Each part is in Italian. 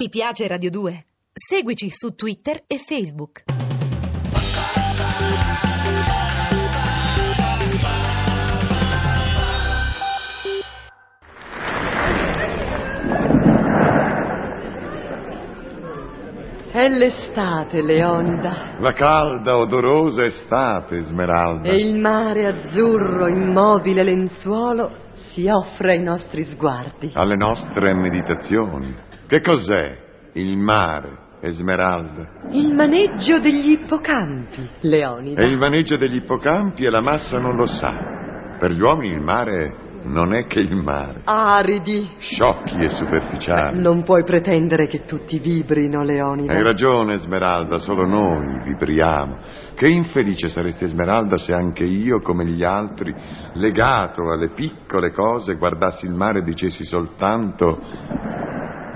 Ti piace Radio 2? Seguici su Twitter e Facebook. È l'estate, Leonda, La calda, odorosa estate, Smeralda. e il mare azzurro, immobile lenzuolo, si offre ai nostri sguardi. Alle nostre meditazioni. Che cos'è il mare, Esmeralda? Il maneggio degli ippocampi, E Leonida. il maneggio degli ippocampi e la massa non lo sa. Per gli uomini il mare non è che il mare. Aridi. Sciocchi e superficiali. Non puoi pretendere che tutti vibrino, Leonida. Ah. Hai ragione, Esmeralda, solo noi vibriamo. Che infelice saresti, Esmeralda, se anche io, come gli altri, legato alle piccole cose, guardassi il mare e dicessi soltanto: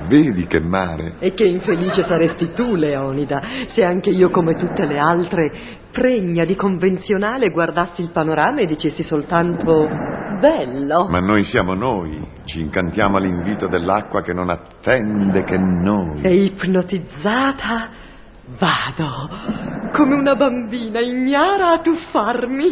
Vedi che mare? E che infelice saresti tu, Leonida, se anche io, come tutte le altre, pregna di convenzionale, guardassi il panorama e dicessi soltanto bello. Ma noi siamo noi, ci incantiamo all'invito dell'acqua che non attende che noi. E ipnotizzata vado, come una bambina ignara a tuffarmi,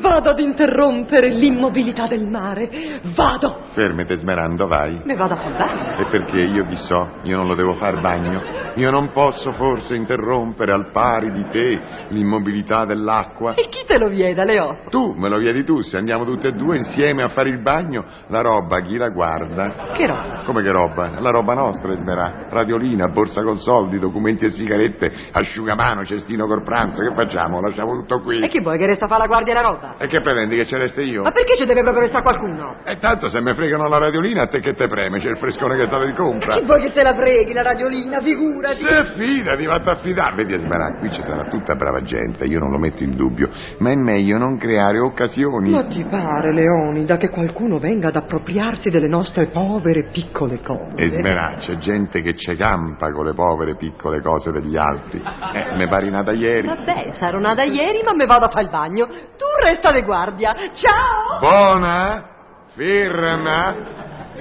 vado ad interrompere l'immobilità del mare, vado, Fermati, Esmeralda, vai. ne vado a far bagno. E perché io vi so, io non lo devo far bagno. Io non posso forse interrompere al pari di te l'immobilità dell'acqua. E chi te lo vieta, Leo? Tu me lo viedi tu, se andiamo tutte e due insieme a fare il bagno, la roba chi la guarda? Che roba? Come che roba? La roba nostra, Esmerà. Radiolina, borsa con soldi, documenti e sigarette, asciugamano, cestino col pranzo, che facciamo? Lasciamo tutto qui. E chi vuoi che resta a fare la guardia la roba? E che pretendi che ce resti io? Ma perché ci deve proprio restare qualcuno? E tanto se mi fregano la radiolina, a te che te preme? C'è il frescone che stava di compra. Chi vuoi che te la preghi, la radiolina, figurati? Se fidati, vatti a fidare. Vedi, Esmerà, qui ci sarà tutta brava gente, io non lo metto in dubbio, ma è meglio non creare occasioni. Ma ti pare, Leonida, che qualcuno venga ad appropriarsi delle nostre povere piccole cose? Esmerà, c'è gente che ci campa con le povere piccole cose degli altri. Eh, ne pari nata ieri. Vabbè, sarò nata ieri, ma me vado a fare il bagno. Tu resta di guardia. Ciao! Buona? Firma?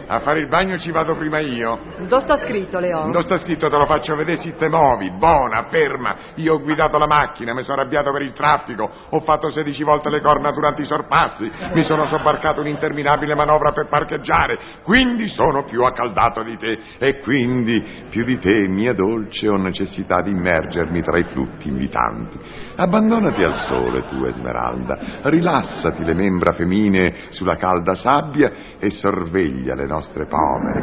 A fare il bagno ci vado prima io. Dove sta scritto, Leon? Non sta scritto, te lo faccio vedere, si te muovi. Buona, ferma. Io ho guidato la macchina, mi sono arrabbiato per il traffico, ho fatto 16 volte le corna durante i sorpassi, mi sono sobbarcato un'interminabile manovra per parcheggiare, quindi sono più accaldato di te e quindi più di te, mia dolce, ho necessità di immergermi tra i flutti invitanti. Abbandonati al sole, tu, Esmeralda, rilassati le membra femminee sulla calda sabbia e sorveglia le nostre povere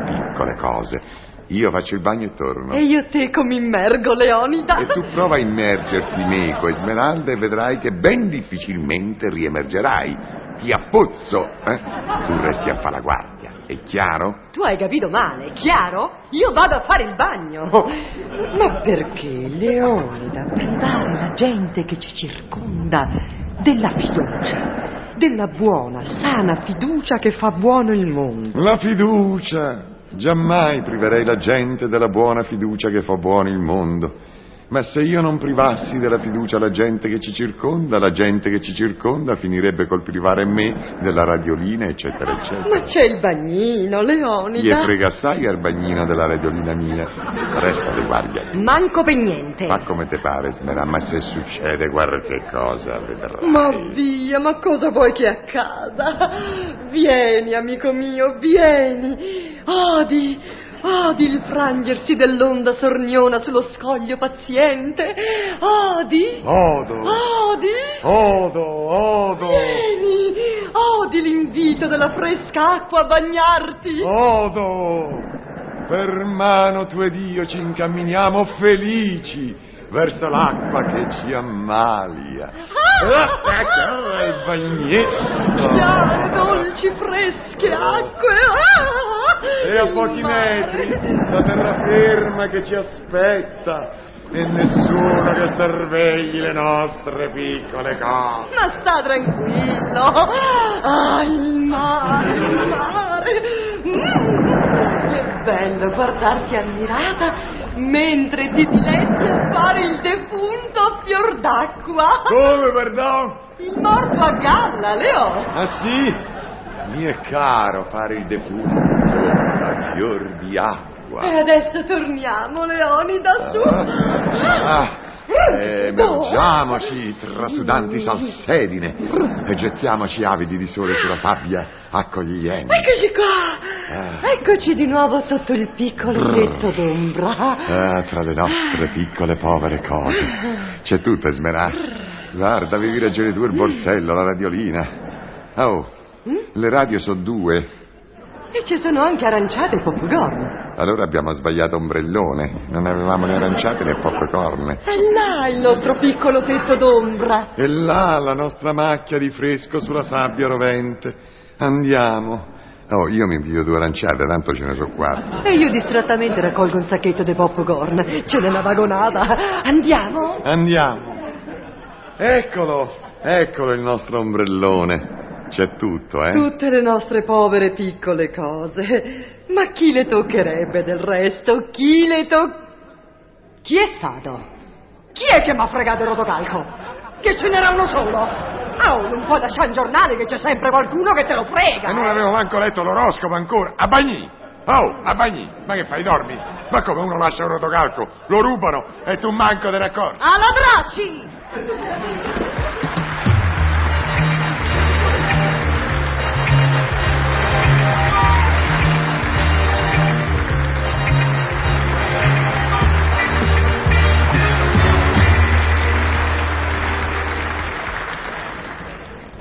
piccole cose. Io faccio il bagno e torno. E io te come immergo, Leonida. E tu prova a immergerti meco, Esmeralda, e vedrai che ben difficilmente riemergerai. Ti appuzzo, eh? Tu resti a fare la guardia, è chiaro? Tu hai capito male, chiaro? Io vado a fare il bagno. Oh. Ma perché, Leonida, privare la gente che ci circonda della fiducia? Della buona, sana fiducia che fa buono il mondo. La fiducia! Giammai priverei la gente della buona fiducia che fa buono il mondo. Ma se io non privassi della fiducia la gente che ci circonda, la gente che ci circonda finirebbe col privare me della radiolina, eccetera, eccetera. Ma c'è il bagnino, Gli Leonida. frega assai al bagnino della radiolina mia. Resta di guardia. Manco per niente. Ma come te pare, Smerà, ma se succede, guarda che cosa vedrai. Ma via, ma cosa vuoi che accada? Vieni, amico mio, vieni. Odi, odi il frangersi dell'onda sorniona sullo scoglio paziente. Odi, Odo, Ah! odi. odo, odo, Vieni, odi l'invito della fresca acqua a bagnarti. Oh, odo. Per mano tue Dio ci incamminiamo felici verso l'acqua che ci ammalia. Ah, il bagnetto. Chiare, dolci, fresche acque. Ah! E a pochi Il mare. metri la terraferma che ci aspetta. E nessuno che sorvegli le nostre piccole cose. Ma sta tranquillo. Ah, il mare, il mare. Mm, che bello guardarti ammirata mentre ti diletti a fare il defunto fior d'acqua. Come, perdono? Il morto a galla, Leo. Ah sì? Mi è caro fare il defunto a fior di acqua. qua. E adesso torniamo, Leonida, Eh, su. Ah, eh, Emergiamoci, trasudanti salsedine, e gettiamoci avidi di sole sulla sabbia accogliente. Eccoci qua! Eccoci di nuovo sotto il piccolo tetto d'ombra. Ah, tra le nostre piccole povere cose c'è tutto, Esmerà. Guarda, avevi ragione tu, il borsello, la radiolina. Oh, le radio sono due. E ci sono anche aranciate e popcorn. Allora abbiamo sbagliato ombrellone. Non avevamo né aranciate né popcorn. E là il nostro piccolo tetto d'ombra. E là la nostra macchia di fresco sulla sabbia rovente. Andiamo. Oh, io mi invio due aranciate, tanto ce ne so quattro. E io distrattamente raccolgo un sacchetto di popcorn. Ce n'è una vagonata. Andiamo? Andiamo. Eccolo, eccolo il nostro ombrellone. C'è tutto, eh? Tutte le nostre povere piccole cose. Ma chi le toccherebbe del resto? Chi le toccherebbe? Chi è stato? Chi è che mi ha fregato il rotocalco? Che ce n'era uno solo? Ah, un po' da San Giornale che c'è sempre qualcuno che te lo frega. E non avevo manco letto l'oroscopo ancora. A Bagni! Oh, a Bagni! Ma che fai, dormi? Ma come uno lascia un rotocalco? Lo rubano e tu manco te ne accorgi. Alla bracci!